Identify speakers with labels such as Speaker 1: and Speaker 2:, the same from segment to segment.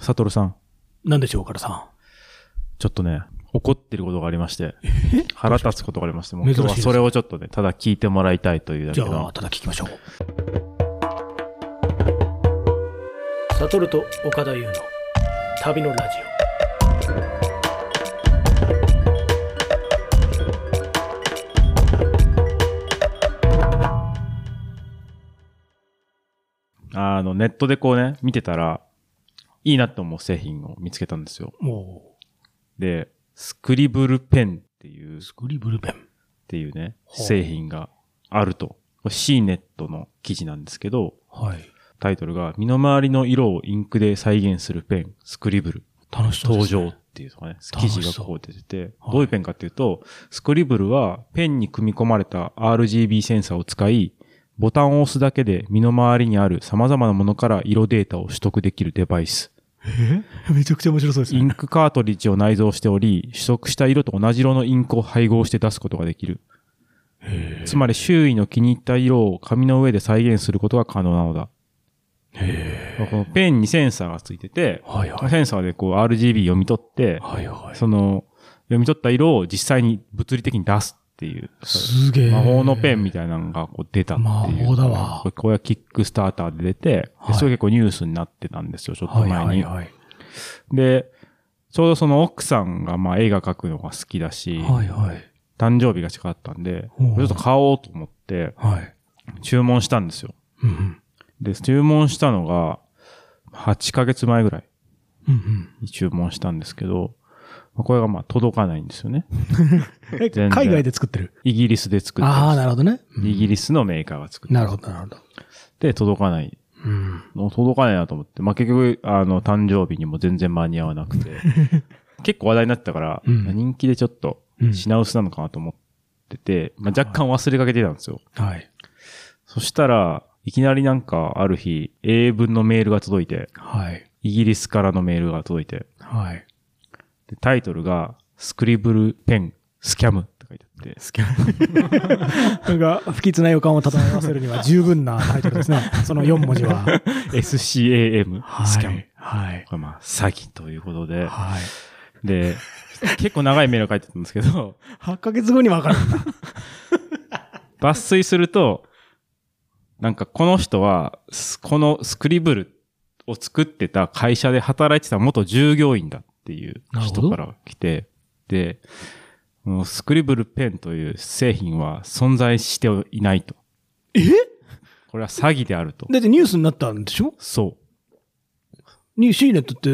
Speaker 1: サトルさん、
Speaker 2: なんでしょう、岡田さ
Speaker 1: ちょっとね、怒ってることがありまして、腹立つことがありまして、もう
Speaker 2: 珍
Speaker 1: 今
Speaker 2: しい
Speaker 1: 日
Speaker 2: です
Speaker 1: はそれをちょっとね、ただ聞いてもらいたいというだ
Speaker 2: ん。
Speaker 1: け
Speaker 2: じ
Speaker 1: の
Speaker 2: ゃあ、ただ聞きましょう。サトルと岡田優の旅のラジ
Speaker 1: あの、ネットでこうね、見てたら、いいなと思う製品を見つけたんですよ。
Speaker 2: オ。も
Speaker 1: で、スクリブルペンっていう、っ
Speaker 2: う、スクリブルペン。
Speaker 1: ていうね、
Speaker 2: ほう
Speaker 1: 製品があると。これ C ネットの記事なんですけど、
Speaker 2: はい。
Speaker 1: タイトルが、身の回りの色をインクで再現するペン、スクリブル、
Speaker 2: 楽しそうで
Speaker 1: 登
Speaker 2: す、ね。
Speaker 1: 場っていうのがね、記事がこう出てて、
Speaker 2: はい
Speaker 1: どういうペンかっていうと、スクリブルはペンに組み込まれた RGB センサーを使い、ボタンを押すだけで身の回りにある様々なものから色データを取得できるデバイス。
Speaker 2: え めちゃくちゃ面白そうです
Speaker 1: イ
Speaker 2: ね。
Speaker 1: ンクカートリッジを内蔵しており、取得した色と同じ色のインクを配合して出すことができる。つまり周囲の気に入った色を紙の上で再現することが可能なのだ。このペンにセンサーがついてて、
Speaker 2: はいはい。
Speaker 1: センサーでこう RGB 読み取って、
Speaker 2: はいはい。
Speaker 1: その読み取った色を実際に物理的に出すっていう。
Speaker 2: すげえ。
Speaker 1: 魔法のペンみたいなのがこう出たっていう。
Speaker 2: 魔法だわ
Speaker 1: これこれはキックスターターで出て、
Speaker 2: はい
Speaker 1: でそれ結構ニュースになってたんですよ、ちょっと前に。
Speaker 2: はいはいはい。
Speaker 1: で、ちょうどその奥さんがまあ映画描くのが好きだし、
Speaker 2: はいはい。
Speaker 1: 誕生日が近かったんで、
Speaker 2: ほう
Speaker 1: ちょっと買おうと思って
Speaker 2: はい。
Speaker 1: 注文したんですよ。
Speaker 2: うんうん。
Speaker 1: で、注文したのが8ヶ月前ぐらい
Speaker 2: うん
Speaker 1: に注文したんですけど、まあこれがまあ届かないんですよね。
Speaker 2: うん。え、
Speaker 1: 然
Speaker 2: 海外で作ってる。
Speaker 1: イギリスで作って
Speaker 2: ああ、
Speaker 1: ま
Speaker 2: なるほどね。
Speaker 1: す。イギリスのメーカーが作って
Speaker 2: なるほど、なるほど。
Speaker 1: で届かない。
Speaker 2: うん。
Speaker 1: もう届かないなと思って。まあ、結局、あの、誕生日にも全然間に合わなくて。 結構話題になってたから、
Speaker 2: うん
Speaker 1: 人気でちょっと
Speaker 2: うん
Speaker 1: 品薄なのかなと思ってて、まあ、若干忘れかけてたんですよ。
Speaker 2: はい。
Speaker 1: そしたら、いきなりなんかある日、英文のメールが届いて、
Speaker 2: はい。
Speaker 1: イギリスからのメールが届いて、
Speaker 2: はい。
Speaker 1: でタイトルが、スクリブルペンスキャムって書いてあ って、
Speaker 2: なんか、不吉な予感を漂わせるには十分なタイト ルですね。その4文字は。
Speaker 1: SCAM、スキャム。。
Speaker 2: はい。
Speaker 1: これまあ、詐欺ということで、
Speaker 2: はい。
Speaker 1: で、結構長いメールが書いてたんですけ ど、
Speaker 2: 8ヶ月後にわかるんだ。
Speaker 1: 抜粋すると、なんかこの人は、すこのスクリブルを作ってた会社で働いてた元従業員だっていう
Speaker 2: なるほど
Speaker 1: 人から来て、で、このスクリブルペンという製品は存在していないと。
Speaker 2: え
Speaker 1: これは詐欺であると。
Speaker 2: だってニュースになったんでしょ
Speaker 1: そう。
Speaker 2: ニューシーネットって、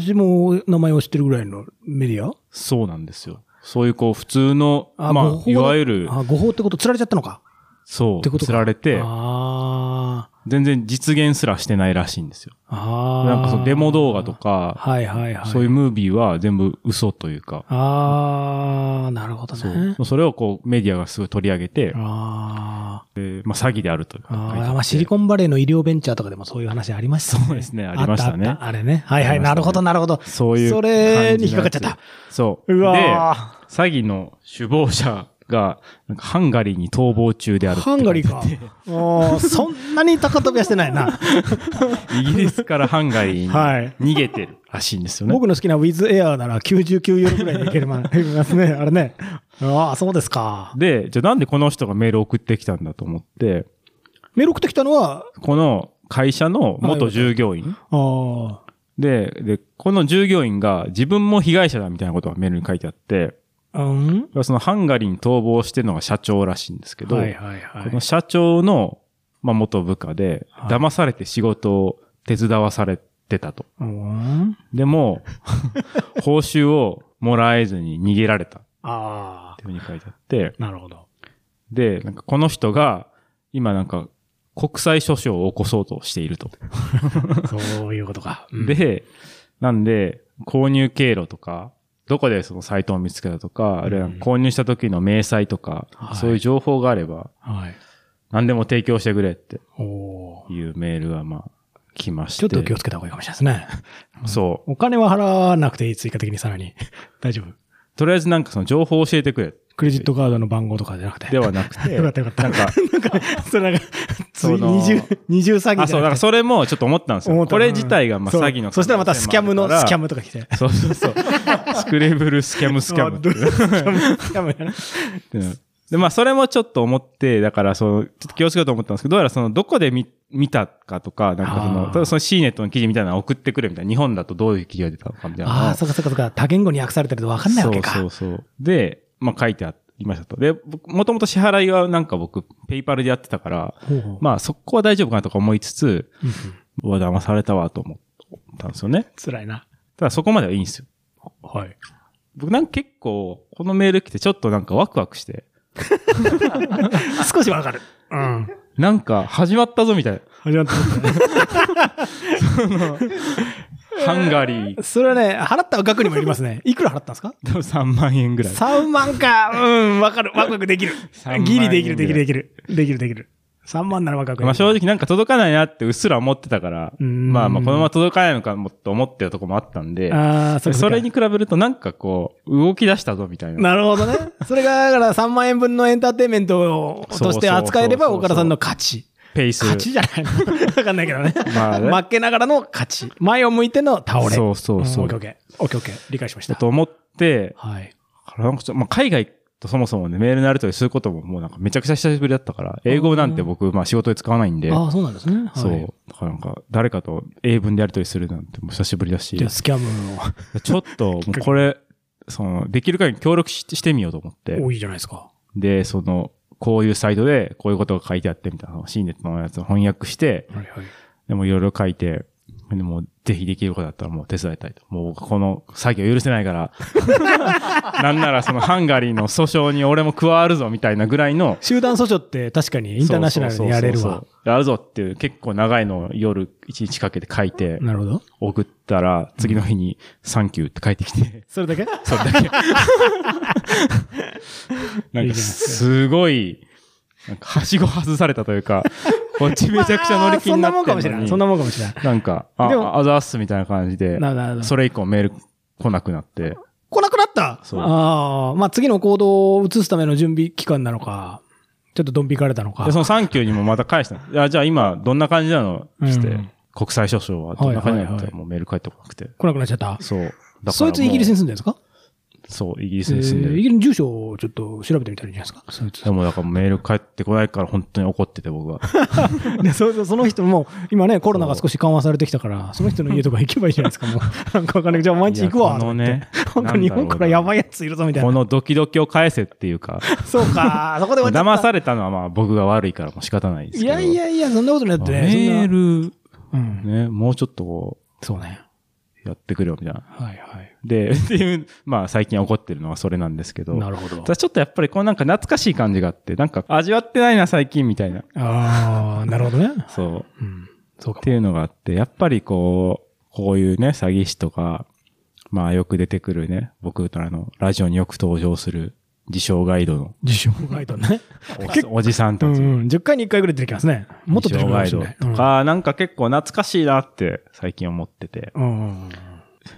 Speaker 2: 私も名前を知ってるぐらいのメディア
Speaker 1: そうなんですよ。そういうこう普通の、まあ、
Speaker 2: 誤報
Speaker 1: いわゆる、
Speaker 2: あ、誤報ってこと、釣られちゃったのか。
Speaker 1: そ
Speaker 2: って
Speaker 1: う、
Speaker 2: ことか
Speaker 1: 釣られて、
Speaker 2: ああ。
Speaker 1: 全然実現すらしてないらしいんですよ。
Speaker 2: ああ。
Speaker 1: なんかそのデモ動画と。か、
Speaker 2: はいはいはい。
Speaker 1: そういうムービーは全部嘘というか、
Speaker 2: ああ、なるほどね
Speaker 1: そ。うそれをこうメディアがすごい取り上げて、
Speaker 2: あー
Speaker 1: でまあ、詐欺であるというか。書いてあ
Speaker 2: あー。
Speaker 1: って
Speaker 2: まあ、シリコンバレーの医療ベンチャーとかでもそういう話ありましたね。
Speaker 1: そうですねありましたね
Speaker 2: あっあっあれね。はいは
Speaker 1: あ
Speaker 2: い。
Speaker 1: りましたね
Speaker 2: なるほど、なるほど。
Speaker 1: そういう
Speaker 2: そ
Speaker 1: 感じのやつ。
Speaker 2: れに引っかかっちゃった。
Speaker 1: そう。
Speaker 2: う
Speaker 1: で、
Speaker 2: わ
Speaker 1: 詐欺の首謀者が、なんかハンガリーに逃亡中であ
Speaker 2: ー
Speaker 1: る。
Speaker 2: ハンガリーか。 おーそんなに高飛びはしてないな。
Speaker 1: イギリスからハンガリーに
Speaker 2: はい
Speaker 1: 逃げてるらしいんですよね。
Speaker 2: 僕の好きなウィズエアーなら99ユーロぐらいでいけるまいけますね。あれね。ああ、そうですか。
Speaker 1: で、じゃあなんでこの人がメール送ってきたんだと思って、
Speaker 2: メール送ってきたのは、
Speaker 1: この会社の元従業員
Speaker 2: あー
Speaker 1: で、で、この従業員が自分も被害者だみたいなことがメールに書いてあって、
Speaker 2: うん
Speaker 1: そのハンガリーに逃亡してるのが社長らしいんですけど、
Speaker 2: はいはいは
Speaker 1: この
Speaker 2: い。
Speaker 1: 社長の、まあ、元部下で、
Speaker 2: はい
Speaker 1: 騙されて仕事を手伝わされてたと。
Speaker 2: うん
Speaker 1: でも、 報酬をもらえずに逃げられたっ
Speaker 2: ああ
Speaker 1: て、いうふうに書いてあって、
Speaker 2: なるほど。
Speaker 1: で、なんかこの人が、今なんか、国際訴訟を起こそうとしていると。
Speaker 2: そういうこと か。うん、
Speaker 1: で、なんで、購入経路とか、どこでそのサイトを見つけたとか、あるいは購入した時の明細とか、
Speaker 2: はい
Speaker 1: そういう情報があれば、
Speaker 2: はい。
Speaker 1: 何でも提供してくれって
Speaker 2: おー
Speaker 1: いうメールがまあ、来まし
Speaker 2: ちょ
Speaker 1: て。
Speaker 2: っと気をつけた方がいいかもしれないですね。
Speaker 1: そう。
Speaker 2: お金は払わなくていい、追加的にさらに。 大丈夫。
Speaker 1: とりあえずなんかその情報を教えてくれ
Speaker 2: クレジットカードの番号とかじゃなくて。
Speaker 1: ではなくて、
Speaker 2: よかったよかった。
Speaker 1: なんか、
Speaker 2: なんか、それなんか、つい
Speaker 1: その
Speaker 2: 二重、二重詐欺
Speaker 1: あ、
Speaker 2: じ
Speaker 1: そう、だか
Speaker 2: ゃな
Speaker 1: ら
Speaker 2: くて
Speaker 1: それもちょっと思ったんです
Speaker 2: 思
Speaker 1: よ。
Speaker 2: った
Speaker 1: これ自体がまあ
Speaker 2: そう
Speaker 1: 詐欺の可能性もあるから。
Speaker 2: そしたらまたスキャムの、スキャムとか来て。
Speaker 1: そうそうそう。 スクレブルスキャムスキャムっていう。
Speaker 2: スキャム、スキャムやな。
Speaker 1: うんで、まあ、それもちょっと思って、だから、その、ちょっと気をつけようと思ったんですけど、どうやらその、どこで見、見たかとか、なんかそ
Speaker 2: あ
Speaker 1: の、
Speaker 2: ー
Speaker 1: 例えばその C ネットの記事みたいなの送ってくるみたいな、日本だとどういう記事が出たのかみたいなのを。
Speaker 2: ああ、そうかそうかそうか。多言語に訳されてると分かんないわけか。
Speaker 1: そうそうそう。で、まあ、書いてありましたと。で、僕もともと支払いはなんか僕、ペイパルでやってたから、
Speaker 2: ほうほう
Speaker 1: まあ、そこは大丈夫かなとか思いつつ、
Speaker 2: うんう
Speaker 1: うわ、
Speaker 2: ん
Speaker 1: 騙されたわと思ったんですよね。
Speaker 2: 辛いな。
Speaker 1: ただ、そこまではいいんですよ。
Speaker 2: はい。
Speaker 1: 僕なんか結構、このメール来てちょっとなんかワクワクして、
Speaker 2: 少し分かる。うん。
Speaker 1: なんか始まったぞみたいな。
Speaker 2: 始まった。
Speaker 1: ハンガリー、
Speaker 2: それはね、払った額にもよります ね。いくら払ったんですか
Speaker 1: 多分3万円ぐらい。
Speaker 2: 3万か。うん、わかる。ワクワクできる
Speaker 1: 3万。
Speaker 2: ギリできる、できる、
Speaker 1: 円
Speaker 2: できる。できる、できる。3万ならワクワク。
Speaker 1: まあ正直なんか届かないなってうっすら思ってたから、
Speaker 2: うん
Speaker 1: まあまあこのまま届かないのかもと思ってたとこもあったんで、
Speaker 2: ああ、そうか
Speaker 1: そ
Speaker 2: そうか
Speaker 1: れに比べるとなんかこう、動き出したぞみたいな。
Speaker 2: なるほどね。 それが、だから3万円分のエンターテインメントをとして扱え
Speaker 1: そうそうそ
Speaker 2: れば、
Speaker 1: うそう
Speaker 2: 岡田さんの勝ち。
Speaker 1: ペース。
Speaker 2: 勝ちじゃない のわかんないけどね。
Speaker 1: まあね
Speaker 2: 負けながらの勝ち。前を向いての倒れ。
Speaker 1: そうそうそ
Speaker 2: ん
Speaker 1: う。
Speaker 2: オッケーオッケー。オッケーオッケー。理解しました
Speaker 1: だ。と思って、
Speaker 2: はい。
Speaker 1: なんかちょっとまあ海外とそもそもね、メールのやり取りすることももうなんかめちゃくちゃ久しぶりだったから、英語なんて僕、まあ仕事で使わないんで、
Speaker 2: ああ、そうなんですね。はい
Speaker 1: そう。だからなんか、誰かと英文でやり取りするなんてもう久しぶりだし
Speaker 2: じゃ、あスキャムを。
Speaker 1: ちょっと もうこれ、その、できる限り協力ししてみようと思って。
Speaker 2: 多いじゃないですか。
Speaker 1: で、その、こういうサイトで、こういうことが書いてあってみたいな、シーネットのやつを翻訳して、
Speaker 2: はいはい。
Speaker 1: でもいろいろ書いて、でもうぜひできることだったらもう手伝いたいと。もうこの作業許せない から、なんならそのハンガリーの訴訟に俺も加わるぞみたいなぐらいの、
Speaker 2: 集団訴訟って確かにインターナショナルにやれ
Speaker 1: そ
Speaker 2: る
Speaker 1: うそう
Speaker 2: わ
Speaker 1: そう。そう。やるぞっていう結構長いのを夜1日かけて書いて、
Speaker 2: なるほど。
Speaker 1: 送ったら次の日にサンキューって返ってきて、
Speaker 2: それだけ
Speaker 1: それだけ。なんか、すごい、なんか、はしご外されたというか、 こっちめちゃくちゃ乗り気になって
Speaker 2: まあそんなもんかもし
Speaker 1: ん
Speaker 2: れ
Speaker 1: の
Speaker 2: ない。
Speaker 1: に
Speaker 2: そんなもんかもしれない。
Speaker 1: なんか、
Speaker 2: でも
Speaker 1: あ、あざーすみたいな感じで
Speaker 2: なるほどなるほ、ど
Speaker 1: それ以降メール来なくなって、
Speaker 2: 来なくなった
Speaker 1: そう
Speaker 2: ああ、まあ次の行動を移すための準備期間なのか、ちょっとドン引かれたのか
Speaker 1: で、。そのサンキューにもまた返したのいや、じゃあ今、どんな感じなのし
Speaker 2: う
Speaker 1: て
Speaker 2: ん、
Speaker 1: 国際訴訟はどんな感じなのっ
Speaker 2: はいはい
Speaker 1: て、
Speaker 2: はい
Speaker 1: もうメール返ってこなくて。
Speaker 2: 来なくなっちゃった。
Speaker 1: そう。だから
Speaker 2: そいつイギリスに
Speaker 1: に
Speaker 2: 住んでるんですか
Speaker 1: そう、イギリスに住んで
Speaker 2: えーイ
Speaker 1: る。
Speaker 2: ギリスの住所をちょっと調べてみたらいいんじゃないですかそいつ
Speaker 1: で。も、だからメール返ってこないから本当に怒ってて、僕は。
Speaker 2: でそその人も、今ね、コロナが少し緩和されてきたから、その人の家とか行けばいいじゃないですか、 もう。なんかわかんない。じゃあ毎日行くわ。
Speaker 1: いやこのね
Speaker 2: とか言ってなんか日本からやばいやついるぞ、みたい
Speaker 1: こ
Speaker 2: な。
Speaker 1: のドキドキを返せっていう か、
Speaker 2: そうか、そこで終わっちゃった
Speaker 1: 騙されたのはまあ僕が悪いからもう仕方ないです
Speaker 2: い
Speaker 1: けど。
Speaker 2: やいやいや、そんなことないってね。
Speaker 1: メール、
Speaker 2: そんなうん。
Speaker 1: ね、もうちょっとこ
Speaker 2: そうね。
Speaker 1: う、やってくれよみたいな。
Speaker 2: はいはい。
Speaker 1: で、っていう、まあ最近起こってるのはそれなんですけど。
Speaker 2: なるほど
Speaker 1: た。だちょっとやっぱりこうなんか懐かしい感じがあって、なんか味わってないな最近みたいな。
Speaker 2: ああ、なるほどね。
Speaker 1: そう。
Speaker 2: うん。そうか
Speaker 1: っ。ていうのがあって、やっぱりこう、こういうね、詐欺師とか、まあよく出てくるね、僕とあの、ラジオによく登場する自称ガイドの
Speaker 2: 自称ガイドね。
Speaker 1: おおじさん
Speaker 2: う
Speaker 1: たち。
Speaker 2: ん、10回に1回ぐらい出てきますね。もっと出てくるかもしれない。
Speaker 1: とか、なんか結構懐かしいなって最近思ってて、
Speaker 2: うん。うん。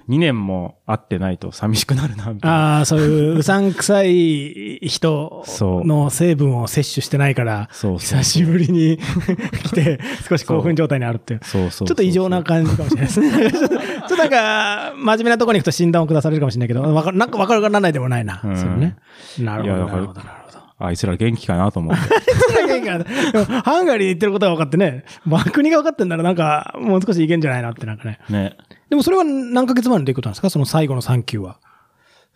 Speaker 1: 2年も会ってないと寂しくなるな、みたいな。
Speaker 2: ああ、そういううさんくさい人
Speaker 1: そう
Speaker 2: の成分を摂取してないから、
Speaker 1: そうそう
Speaker 2: 久しぶりに 来て、少し興奮状態にあるっていう。
Speaker 1: そうそうそう
Speaker 2: ちょっと異常な感じかもしれないです ね。ちょっとちょっとなんか、真面目なところに行くと診断を下されるかもしれないけど、わかなんか分からないでもないな。
Speaker 1: うん
Speaker 2: それね。なるほ
Speaker 1: いやだ
Speaker 2: ど。な
Speaker 1: から
Speaker 2: るほど。なるほど。
Speaker 1: あいつら元気かなと思って。
Speaker 2: それだけいいからでもハンガリーに行ってることが分かってね、まあ、国が分かってんならなんか、もう少しいけんじゃないなってなんかね。
Speaker 1: ね。
Speaker 2: でもそれは何ヶ月前の出来事なんですかその最後の3級は。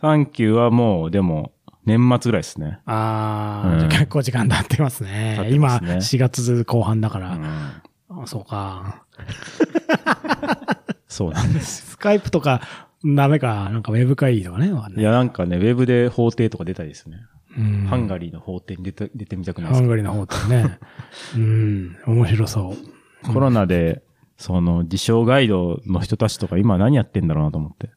Speaker 1: サンキューはもう、でも、年末ぐらいですね。
Speaker 2: あー、
Speaker 1: うん
Speaker 2: じゃあ結構時間経ってますね。
Speaker 1: 経って
Speaker 2: 今、
Speaker 1: ますね
Speaker 2: 4月後半だか
Speaker 1: う
Speaker 2: ら。
Speaker 1: ん、
Speaker 2: あそうか。
Speaker 1: そうなんです。
Speaker 2: スカイプとか、ダメか。なんかウェブ会議とかね。わかんない
Speaker 1: いや、なんかね、ウェブで法廷とか出たりですね。
Speaker 2: うん
Speaker 1: ハンガリーの法廷に出て出てみたくないで
Speaker 2: ハ
Speaker 1: す
Speaker 2: ン
Speaker 1: か、
Speaker 2: ガリーの方ってね。うん、面白そう。
Speaker 1: コロナで、その、自称ガイドの人たちとか今何やってんだろうなと思って。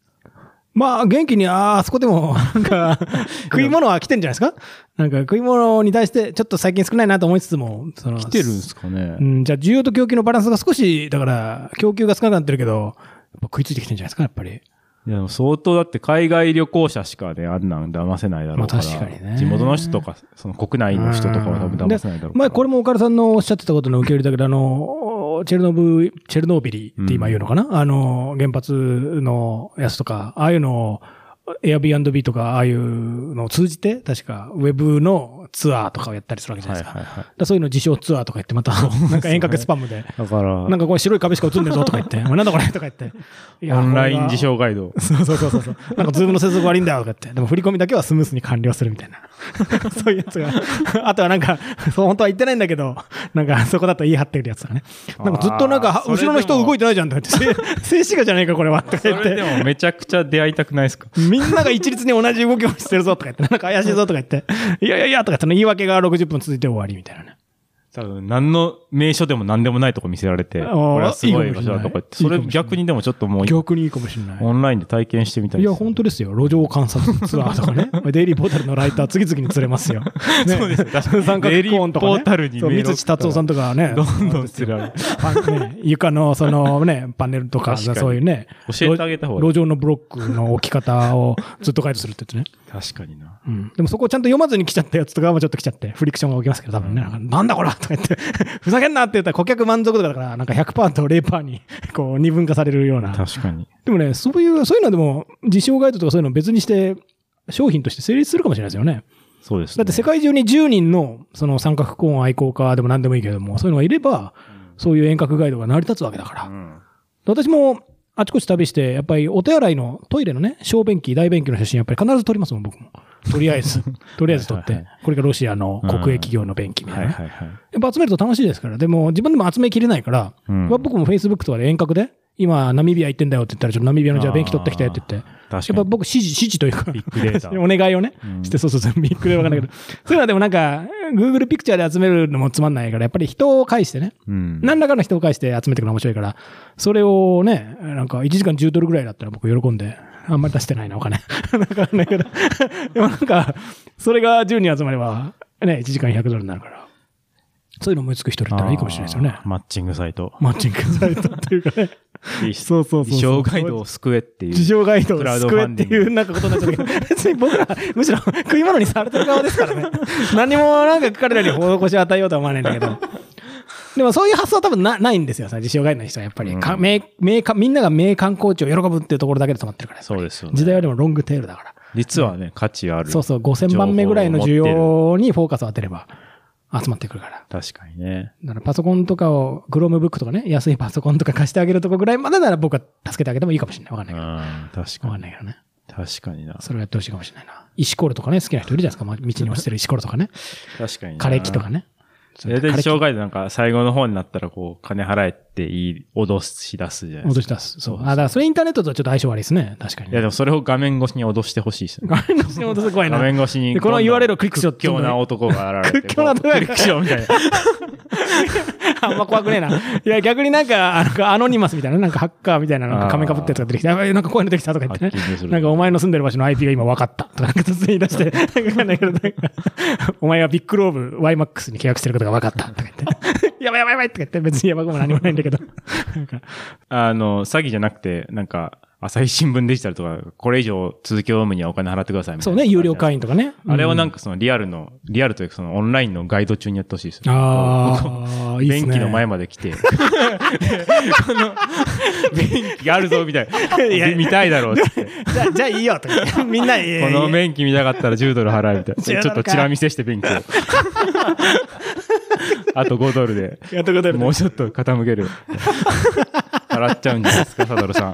Speaker 2: まあ、元気に、あーあそこで も、なんか、食い物は来てんじゃないですかなんか、食い物に対して、ちょっと最近少ないなと思いつつも、その、
Speaker 1: 来てるんですかね
Speaker 2: う。ん、じゃあ、需要と供給のバランスが少し、だから、供給が少なくなってるけど、やっぱ食いついてきてんじゃないですか、やっぱり。
Speaker 1: いや、でも相当だって海外旅行者しかね、あんなん騙せないだろうから。
Speaker 2: まあ確かにね
Speaker 1: 地元の人とか、その国内の人とかは多分騙せないだろうから。
Speaker 2: 前、これも岡田さんのおっしゃってたことの受け入れだけど、あの、チェルノブイ、チェルノービリって今言うのかな、あの、原発のやつとか、ああいうのを、Airbnb とか、ああいうのを通じて、確か、ウェブのツアーとかをやったりするわけじゃな
Speaker 1: はいい
Speaker 2: ですか。
Speaker 1: はいはい。
Speaker 2: だからそういうの自称ツアーとか言って、また、なんか遠隔スパムで、
Speaker 1: だから、
Speaker 2: なんかこれ白い壁しか映んねえぞとか言 って、お前なんだこれとか言って。いや
Speaker 1: オンライン自。
Speaker 2: こ
Speaker 1: 称ガイド。
Speaker 2: れがそうそうそうそう。なんかズームの接続悪いんだよとか言って。でも振り込みだけはスムースに完了するみたいな。 そういうやつが。 あとはなんか、そう本当は言ってないんだけど、なんかそこだと言い張ってくるやつとかね。なんかずっとなん
Speaker 1: あー
Speaker 2: か、
Speaker 1: それ
Speaker 2: 後
Speaker 1: でも
Speaker 2: ろの人動いてないじゃんとか言って。 静止画じゃないかこれはとか
Speaker 1: そ
Speaker 2: 言っ
Speaker 1: れで
Speaker 2: て。
Speaker 1: もめちゃくちゃ出会いたくないですか
Speaker 2: みんなが一律に同じ動きをしてるぞとか言って、なんか怪しいぞとか言って、いやいやいやとか言って、言い訳が60分続いて終わりみたいなね。
Speaker 1: 多分、何の名所でも何でもないとこ見せられて、
Speaker 2: あー
Speaker 1: これはすごい場所だとか言って、そ
Speaker 2: いいかもしれな
Speaker 1: れ
Speaker 2: い
Speaker 1: 逆にでもちょっともう、
Speaker 2: 逆にいいかもしれない。
Speaker 1: オンラインで体験してみたい
Speaker 2: い
Speaker 1: です
Speaker 2: や、本当ですよ。路上観察ツアーとかね。 デイリーポータルのライター、次々に釣れますよ。 ね、
Speaker 1: そうですよ確かに
Speaker 2: 三角
Speaker 1: デ
Speaker 2: コーンとか、ね。
Speaker 1: イリーポータルに
Speaker 2: そう
Speaker 1: メール
Speaker 2: 三
Speaker 1: 送
Speaker 2: 土達夫さんとかね。
Speaker 1: どんどん釣られる。
Speaker 2: パンね床の、そのね、パネルとか、
Speaker 1: 確かに
Speaker 2: そういうね。
Speaker 1: 教えてあげた方がいい
Speaker 2: 路上のブロックの置き方をずっとガイドするってやつね。
Speaker 1: 確かにな。
Speaker 2: うん。でもそこをちゃんと読まずに来ちゃったやつとかはちょっと来ちゃって、フリクションが起きますけど、多分ね。なんかなんだこれはとか言って、 ふざけんなって言ったら顧客満足度だから、なんか100%と0%に、こう、二分化されるような。
Speaker 1: 確かに。
Speaker 2: でもね、そういう、そういうのはでも、自称ガイドとかそういうのを別にして、商品として成立するかもしれないですよね。
Speaker 1: そうです、
Speaker 2: だって世界中に10人の、その三角コーン愛好家でも何でもいいけれども、そういうのがいれば、そういう遠隔ガイドが成り立つわけだから。
Speaker 1: うん
Speaker 2: 私も、あちこち旅して、やっぱりお手洗いのトイレのね、小便器、大便器の写真、やっぱり必ず撮りますもん、僕も。とりあえ ず、とりあえず撮っ
Speaker 1: はい
Speaker 2: て
Speaker 1: は。
Speaker 2: これがロシアの国営企業の便器みた
Speaker 1: は
Speaker 2: いないね。
Speaker 1: はいはい。
Speaker 2: やっぱ集めると楽しいですから、でも自分でも集めきれないから、
Speaker 1: うん
Speaker 2: まあ僕も Facebook とかで遠隔で、今、ナミビア行ってんだよって言ったら、ちょっとナミビアのじゃあ
Speaker 1: あー
Speaker 2: 便器取ってきてって言って、
Speaker 1: 確かに
Speaker 2: やっぱ僕、指示、指示というか、
Speaker 1: ビッグデータ
Speaker 2: お願いをね
Speaker 1: う、ん
Speaker 2: して、そうそうそう、ビッグでわかんないけど、そういうのはでもなんか、Google ピクチャーで集めるのもつまんないから、やっぱり人を介してね、
Speaker 1: うん
Speaker 2: 何らかの人を介して集めてくの面白いから、それをね、なんか1時間10ドルぐらいだったら僕喜んで、あんまり出してないな、お金。 なんかわかんないけど。 でもなんか、それが10人集まれば、ね、1時間100ドルになるから。そういうの思いつく人いたらいいかもしれないですよね
Speaker 1: あ。ーマッチングサイト。
Speaker 2: マッチングサイトっていう かね。そうそうそうそう
Speaker 1: 自称ガイドを救えっていう。
Speaker 2: 自称ガイドを
Speaker 1: クラウド
Speaker 2: 救
Speaker 1: フ
Speaker 2: え
Speaker 1: ァ
Speaker 2: っ
Speaker 1: ン
Speaker 2: て
Speaker 1: ディング
Speaker 2: いうなんかことになっちゃうけど、別に僕ら、むしろ食い物にされてる側ですか らね。何もなんか彼らに施しを与えようとは思わないんだけど。でもそういう発想は多分なないんですよ、さ自称ガイドの人はやっぱり、か
Speaker 1: うん
Speaker 2: 名名かみんなが名観光地を喜ぶっていうところだけで止まってるから、
Speaker 1: そうですよね
Speaker 2: 時代はでもロングテールだから。
Speaker 1: 実はね、価値ある。
Speaker 2: そうそう、5000番目ぐらいの需要にフォーカスを当てれば集まってくるから。
Speaker 1: 確かにね。
Speaker 2: だからパソコンとかを、グロームブックとかね、安いパソコンとか貸してあげるとこぐらいまでなら僕は助けてあげてもいいかもしれない。わかん
Speaker 1: う
Speaker 2: ないけど。
Speaker 1: ん、確
Speaker 2: わか
Speaker 1: か
Speaker 2: ん
Speaker 1: に。
Speaker 2: ないけどね。
Speaker 1: 確かにな。
Speaker 2: それをやってほしいかもしれないな。石ころとかね、好きな人いるじゃないですか。まあ道に落ちてる石ころとかね。
Speaker 1: 確かにな。
Speaker 2: 枯れ木とかね。
Speaker 1: 大体
Speaker 2: 枯れ木
Speaker 1: 自称ガイドなんか最後の方になったらこう、金払えっていい、脅し出すじゃないです
Speaker 2: 戻
Speaker 1: か。
Speaker 2: し出す。そう。
Speaker 1: そう
Speaker 2: あ、だからそれインターネットとはちょっと相性悪いですね。確かに
Speaker 1: いや
Speaker 2: ね。
Speaker 1: でもそれを画面越しに脅してほしいですね。
Speaker 2: 画面越しに戻す怖いな
Speaker 1: 画。面越しに
Speaker 2: で
Speaker 1: どん
Speaker 2: こ
Speaker 1: どん。
Speaker 2: の URL をクリックしようって
Speaker 1: 屈強な男が現れて。
Speaker 2: 屈強な男が
Speaker 1: こうクリックしようみたいな。
Speaker 2: あんま怖くねえな。いや、逆になんか、あのアノニマスみたいな、なんかハッカーみたいな、なんか仮面かぶったやつが出てきて、やばいなんかこういうのできたとか言って
Speaker 1: ハッキングす
Speaker 2: ね。
Speaker 1: る
Speaker 2: なんかお前の住んでる場所の IP が今分かったとか、なんか突然言い出して、なんかわかんないけど、なんか、お前はビッグローブ YMAX に契約してることが分かったとか言って、や ばいやばいやばいとか言って、別にやばくも何もないんだけど、なんか、
Speaker 1: あの、詐欺じゃなくて、なんか、朝日新聞デジタルとか、これ以上続きを読むにはお金払ってくださいみた
Speaker 2: そ
Speaker 1: いうな。
Speaker 2: ね、有料会員とかね。
Speaker 1: あれをなんん
Speaker 2: か、
Speaker 1: かそのリアルの、リアルというかそのオンラインのガイド中にやってほしいですよ。
Speaker 2: ああ、いいっす
Speaker 1: 便
Speaker 2: ね。
Speaker 1: 器の前まで来て、この、便器があるぞみたい
Speaker 2: いや
Speaker 1: な。見たいだろうっつって。
Speaker 2: じゃあ、じゃあいいよとか、 みんな、いやいや
Speaker 1: この便器見たかったら10ドル払えみたいな。
Speaker 2: 10ドルか
Speaker 1: ちょっとチラ見せして便器を。あと5ドルで。
Speaker 2: やったことあるね
Speaker 1: もうちょっと傾ける。払っちゃうんじゃないですか、サドルさん。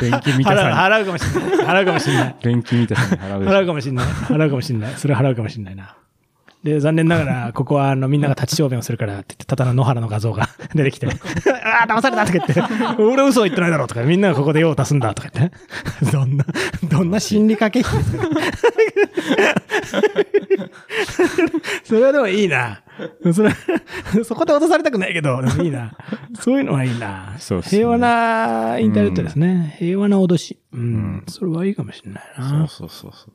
Speaker 1: 便器見たさに
Speaker 2: 払う。払うかもしれない。払うかもしれない。
Speaker 1: 電気みたいに払うでしょ
Speaker 2: 払うかもしんない。払うかもしんない。それは払うかもしんないな。で、残念ながら、ここは、あの、みんなが立ち小便をするからって言って、ただの野原の画像が 出てきて、ああ、騙されたとか言って、 俺嘘言ってないだろうとか、みんながここで用を足すんだとか言って、どんな、どんな心理駆け引き ですかそれはでもいいな。それは、そこで落とされたくないけど、でもいいな。そういうのはいいな。
Speaker 1: そうっすね
Speaker 2: 平和なインターネットですね。平和な脅し。うん。それはいいかもしれないな。
Speaker 1: そうそうそうそう。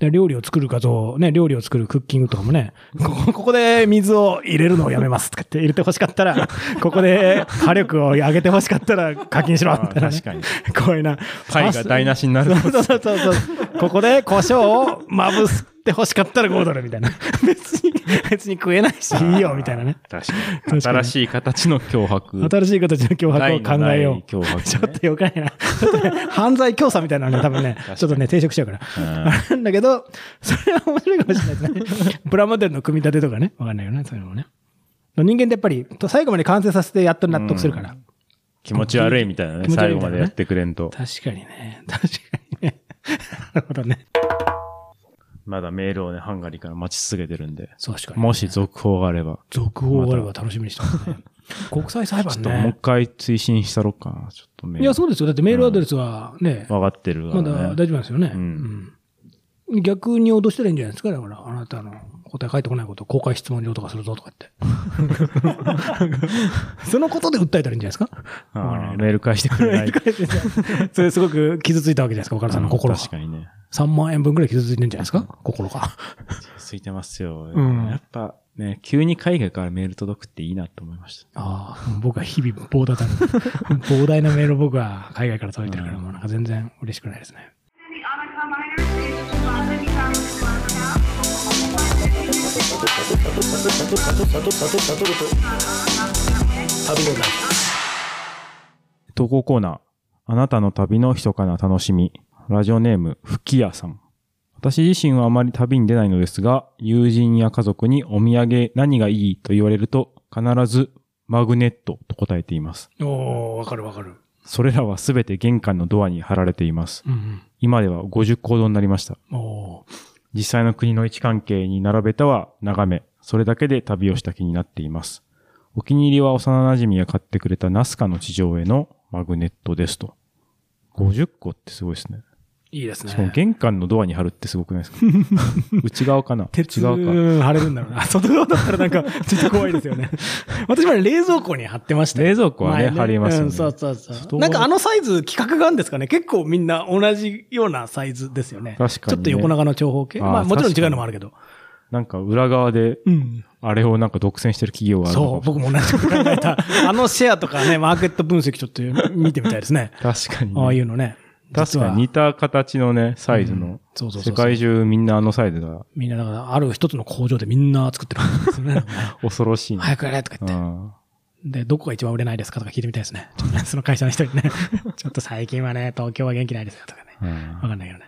Speaker 2: で料理を作る画像、ね、料理を作るクッキングとかもね、ここここで水を入れるのをやめますとかって入れてほしかっ たら、ここで火力を上げてほしかったら課金しろみたいな、ね。
Speaker 1: 確かに。
Speaker 2: 怖いな。
Speaker 1: パイが台無しになる。
Speaker 2: そうそうそうそう。ここで胡椒をまぶすって欲しかったら5ドルみ たいな。別に、別に食えないし、いいよみたいなね。
Speaker 1: 確か
Speaker 2: かに
Speaker 1: に。新しい形の脅迫。
Speaker 2: 新しい形の脅
Speaker 1: 害
Speaker 2: 迫を
Speaker 1: の
Speaker 2: 考
Speaker 1: な
Speaker 2: え
Speaker 1: い
Speaker 2: よう。
Speaker 1: 脅迫ね。
Speaker 2: ちょっとよくないな。ちょっとね犯罪教唆みたいなのね、多分ね、
Speaker 1: かに
Speaker 2: ちょっとね、抵触しちゃうから。
Speaker 1: うん
Speaker 2: なん だけど、それは面白いかもしれないですね。 プラモデルの組み立てとかね、わかんないよね、そういうのもね。人間ってやっぱり、と最後まで完成させてやっと納得するから。
Speaker 1: 気持ち悪いみたいなね。
Speaker 2: 気持ち
Speaker 1: 最
Speaker 2: 悪いみ
Speaker 1: 後
Speaker 2: たいなね
Speaker 1: までやってくれんと。
Speaker 2: 確かにね、確かにね。なるほどね。
Speaker 1: まだメールをね、ハンガリーから待ち続けてるんで。
Speaker 2: そう、確かに。
Speaker 1: もし続報があれば。
Speaker 2: 続報があれば楽しみにしてますね。国際裁
Speaker 1: ちょ
Speaker 2: 判
Speaker 1: っともう一
Speaker 2: ね。
Speaker 1: 回推進したろっかな。ちょっとメー
Speaker 2: い
Speaker 1: ル。
Speaker 2: や、そうですよ。だってメールアドレスはね、
Speaker 1: 分かってるか
Speaker 2: ま
Speaker 1: らね。
Speaker 2: だ大丈夫なんですよね。
Speaker 1: うん
Speaker 2: うん逆に脅したらいいんじゃないですか、だから、あなたの答え返ってこないことを公開質問料とかするぞとかって。そのことで訴えたらいいんじゃないですか。
Speaker 1: あーメール返してくれない。
Speaker 2: それすごく傷ついたわけじゃないですか、岡田さんの心が。
Speaker 1: 確かにね。
Speaker 2: 3万円分ぐらい傷ついてるんじゃないですか、心が。
Speaker 1: ついてますよ。
Speaker 2: うん
Speaker 1: やっぱね、急に海外からメール届くっていいなと思いまし
Speaker 2: ああ、僕は日々膨大な、 膨大なメールを僕は海外から届いてるから、もうなんか全然嬉しくないですね。
Speaker 3: The Annika Minor is Plaza Guitarist Plaza.
Speaker 1: た。投稿コーナー。あなたの旅の密かな楽しみ。ラジオネーム、吹屋さん。私自身はあまり旅に出ないのですが、友人や家族にお土産何がいいと言われると、必ずマグネットと答えています。
Speaker 2: おー、わかるわかる。
Speaker 1: それらはすべて玄関のドアに貼られています。
Speaker 2: うん
Speaker 1: 今では50行動になりました。
Speaker 2: うん。おー
Speaker 1: 実際の国の位置関係に並べたは眺め、それだけで旅をした気になっています。お気に入りは幼馴染みが買ってくれたナスカの地上絵のマグネットですと。50個ってすごいですね。
Speaker 2: いいですね。
Speaker 1: しかも玄関のドアに貼るってすごくない ですか内側かな
Speaker 2: 鉄
Speaker 1: 内側か。
Speaker 2: うん貼れるんだろうな。 外側だったらなんか、ちょっと怖いです よね。私もね冷蔵庫に貼ってましたよ
Speaker 1: 冷蔵庫はね
Speaker 2: 前
Speaker 1: 貼りますよね
Speaker 2: うんそうそうそ
Speaker 1: 外
Speaker 2: う。
Speaker 1: 側
Speaker 2: なんかあのサイズ、規格があるんですかね結構みんな同じようなサイズですよね。
Speaker 1: 確かにね
Speaker 2: ちょっと横長の長方形。
Speaker 1: あー
Speaker 2: まあもちろん
Speaker 1: 確か
Speaker 2: 違
Speaker 1: に
Speaker 2: うのもあるけど。
Speaker 1: なんか裏側で、
Speaker 2: うん。
Speaker 1: あれをなんか独占してる企業があるのか
Speaker 2: そう、僕も同じこと考えた。 あのシェアとかね、マーケット分析ちょっと見てみたいですね。
Speaker 1: 確かに、ね。
Speaker 2: ああいうのね。
Speaker 1: 確かに似た形のね、サイズの。
Speaker 2: そうそうそうそう
Speaker 1: 世界中みんなあのサイズが
Speaker 2: みんなだから、ある一つの工場でみんな作ってるんですよ ね。
Speaker 1: 恐ろしいね、
Speaker 2: 早くやれとか言って
Speaker 1: う。ん
Speaker 2: で、どこが一番売れないですかとか聞いてみたいで すね。ちょっとねその会社の人にね。 ちょっと最近はね、東京は元気ないですよとかね。
Speaker 1: うん
Speaker 2: わかんないけどね。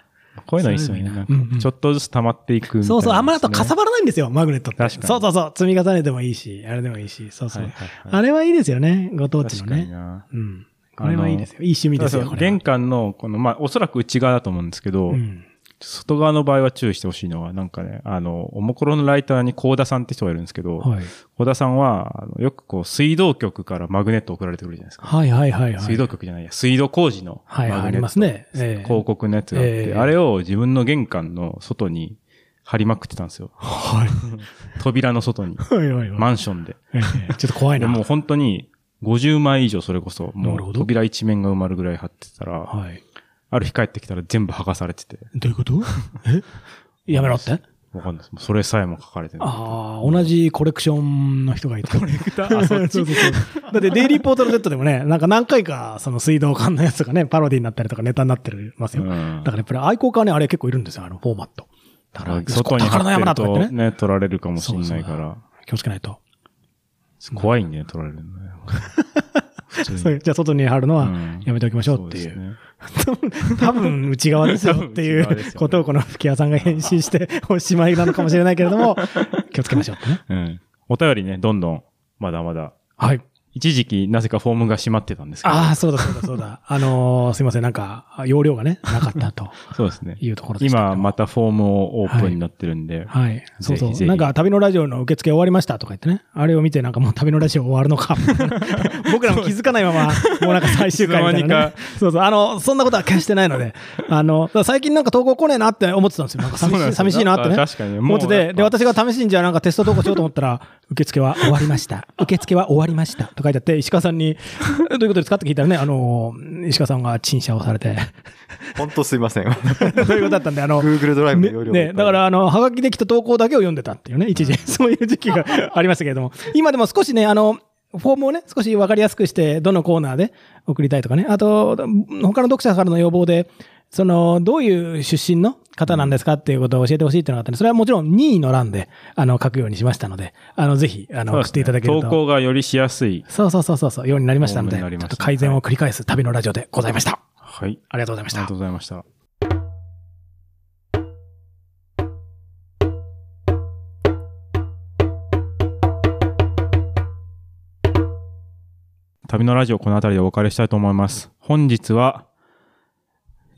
Speaker 1: こういうのいいっすよね。
Speaker 2: そういうの
Speaker 1: な
Speaker 2: い
Speaker 1: いん
Speaker 2: なうんうん
Speaker 1: かちょっとずつ溜まっていくみたいな、
Speaker 2: そうそう、あんまだとかさばらないんですよ、マグネットって。
Speaker 1: 確かに
Speaker 2: そうそうそう、積み重ねてもいいし、あれでもいいし、そうそう。
Speaker 1: はいはいはい
Speaker 2: あれはいいですよね、ご当
Speaker 1: で
Speaker 2: 地
Speaker 1: す
Speaker 2: の
Speaker 1: ね。確かに
Speaker 2: ね。
Speaker 1: な。
Speaker 2: うん。これはいいですよ。いい趣味です
Speaker 1: た
Speaker 2: よ、
Speaker 1: だそ
Speaker 2: こ
Speaker 1: の
Speaker 2: れは。
Speaker 1: 玄関の、この、まあ、おそらく内側だと思うんですけど、
Speaker 2: うん。
Speaker 1: 外側の場合は注意してほしいのは、なんかね、あの、おもころのライターに高田さんって人がいるんですけど、
Speaker 2: はい。
Speaker 1: 高田さんは、あのよくこう、水道局からマグネット送られてくるじゃないですか。
Speaker 2: はいはいはいはい。
Speaker 1: 水道局じゃないや、水道工事のマグ
Speaker 2: はい、
Speaker 1: ネット。
Speaker 2: ありますね。ええ
Speaker 1: 広告のやつがあって、
Speaker 2: ええ
Speaker 1: あれを自分の玄関の外に貼りまくってたんですよ。
Speaker 2: はい。
Speaker 1: 扉の 外に。
Speaker 2: はいはいはい。
Speaker 1: マンションで。
Speaker 2: ええちょっと怖い
Speaker 1: で
Speaker 2: な。
Speaker 1: もう本当に50枚以上それこそ、も
Speaker 2: なるほ
Speaker 1: う
Speaker 2: ど
Speaker 1: 扉一面が埋まるぐらい貼ってたら、
Speaker 2: はい。
Speaker 1: ある日帰ってきたら全部剥がされてて、
Speaker 2: どういうことえやめろって
Speaker 1: わかんないです。それさえも書かれてない。
Speaker 2: ああ、同じコレクションの人がいた。コレクタ
Speaker 1: ーあそっち
Speaker 2: そうそうそうだって、デイリーポータル Z でもね、なんか何回か、その水道管のやつとかね、パロディになったりとかネタになってますよ。
Speaker 1: う
Speaker 2: だ
Speaker 1: ん
Speaker 2: からやっぱり愛好家はね、あれ結構いるんですよ、あのフォーマット。だから、
Speaker 1: 外に
Speaker 2: そこ宝の
Speaker 1: 貼
Speaker 2: 山だ
Speaker 1: っ
Speaker 2: と
Speaker 1: て
Speaker 2: か言っ
Speaker 1: ると
Speaker 2: てね。
Speaker 1: ね、取られるかもし
Speaker 2: そ
Speaker 1: れ
Speaker 2: うそう
Speaker 1: ないから、
Speaker 2: 気をつけないと。
Speaker 1: 怖いんでね、取られるのね。普通に
Speaker 2: そうじゃあ、外に貼るのは
Speaker 1: うん
Speaker 2: やめておきましょうってい
Speaker 1: そうです。ね
Speaker 2: 多分内側です よってい
Speaker 1: 多分内側ですよ
Speaker 2: う
Speaker 1: ね
Speaker 2: ことをこの吹き矢さんが返信 しておしまいなのかもしれないけれども、気をつけましょうってね。
Speaker 1: うん。お便りね、どんどん、まだまだ。
Speaker 2: はい。
Speaker 1: 一時期、なぜかフォームが閉まってたんですけど。
Speaker 2: ああ、そうだそうだそうだ。あのーすいません、なんか、容量がね、なかったと
Speaker 1: そうですね。
Speaker 2: いうところでしたけど。
Speaker 1: 今、またフォームをオープンになってるんで、
Speaker 2: はい。そ
Speaker 1: ぜ
Speaker 2: う
Speaker 1: ひ
Speaker 2: そう。
Speaker 1: ぜひ
Speaker 2: なんか、旅のラジオの受付終わりましたとか言ってね。あれを見て、なんかもう旅のラジオ終わるの か。僕らも気づかないまま、もうなんか最終回みたい
Speaker 1: いつの間
Speaker 2: な、
Speaker 1: に
Speaker 2: ね。そうそう。あの、そんなことは決してないので。あの、だから最近なんか投稿来ねえなって思ってたんですよ。なんか寂
Speaker 1: そうなんです
Speaker 2: しい
Speaker 1: よ
Speaker 2: 寂しいなってね。
Speaker 1: なんか確かにもう
Speaker 2: 思ってて。で、
Speaker 1: やっ
Speaker 2: 私が試しにじゃあなんかテスト投稿しようと思ったら、受付は終わりました。受付は終わりました。とかと書いてあって、石川さんに、どういうことですかって聞いたらね、あの、石川さんが陳謝をされ て、
Speaker 4: 本当すいません。
Speaker 2: そういうことだったんで、あの、
Speaker 4: Google ドライブの容量がいっ
Speaker 2: ね
Speaker 4: ぱい
Speaker 2: だから、あの、はがきできた投稿だけを読んでたっていうね、一時、そういう時期が ありましたけれども、今でも少しね、あの、フォームをね、少し分かりやすくして、どのコーナーで送りたいとかね、あと、他の読者からの要望で、その、どういう出身の方なんですかっていうことを教えてほしいっていうのがあったんで、それはもちろん任意の欄で、あの、書くようにしましたので、あの、ぜひ、あの、
Speaker 1: そうですね
Speaker 2: 送っていただけると。
Speaker 1: 投稿がよりしやすい。
Speaker 2: そうそうそうそうそう、ようになりましたので、
Speaker 1: ようになり
Speaker 2: ちょ
Speaker 1: ま
Speaker 2: っ
Speaker 1: した
Speaker 2: と改善を繰り返す旅のラジオでございました。
Speaker 1: はい。
Speaker 2: ありがとうございまし
Speaker 1: あり
Speaker 2: た
Speaker 1: がと。うございました。旅のラジオ、この辺りでお別れしたいと思います。本日は、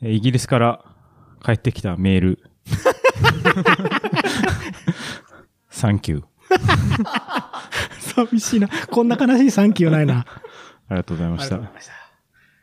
Speaker 1: えーイギリスから帰ってきたメー ル。サンキュー。
Speaker 2: 寂しいな。こんな悲しいサンキューないな。
Speaker 1: ありがとうございました。
Speaker 2: した。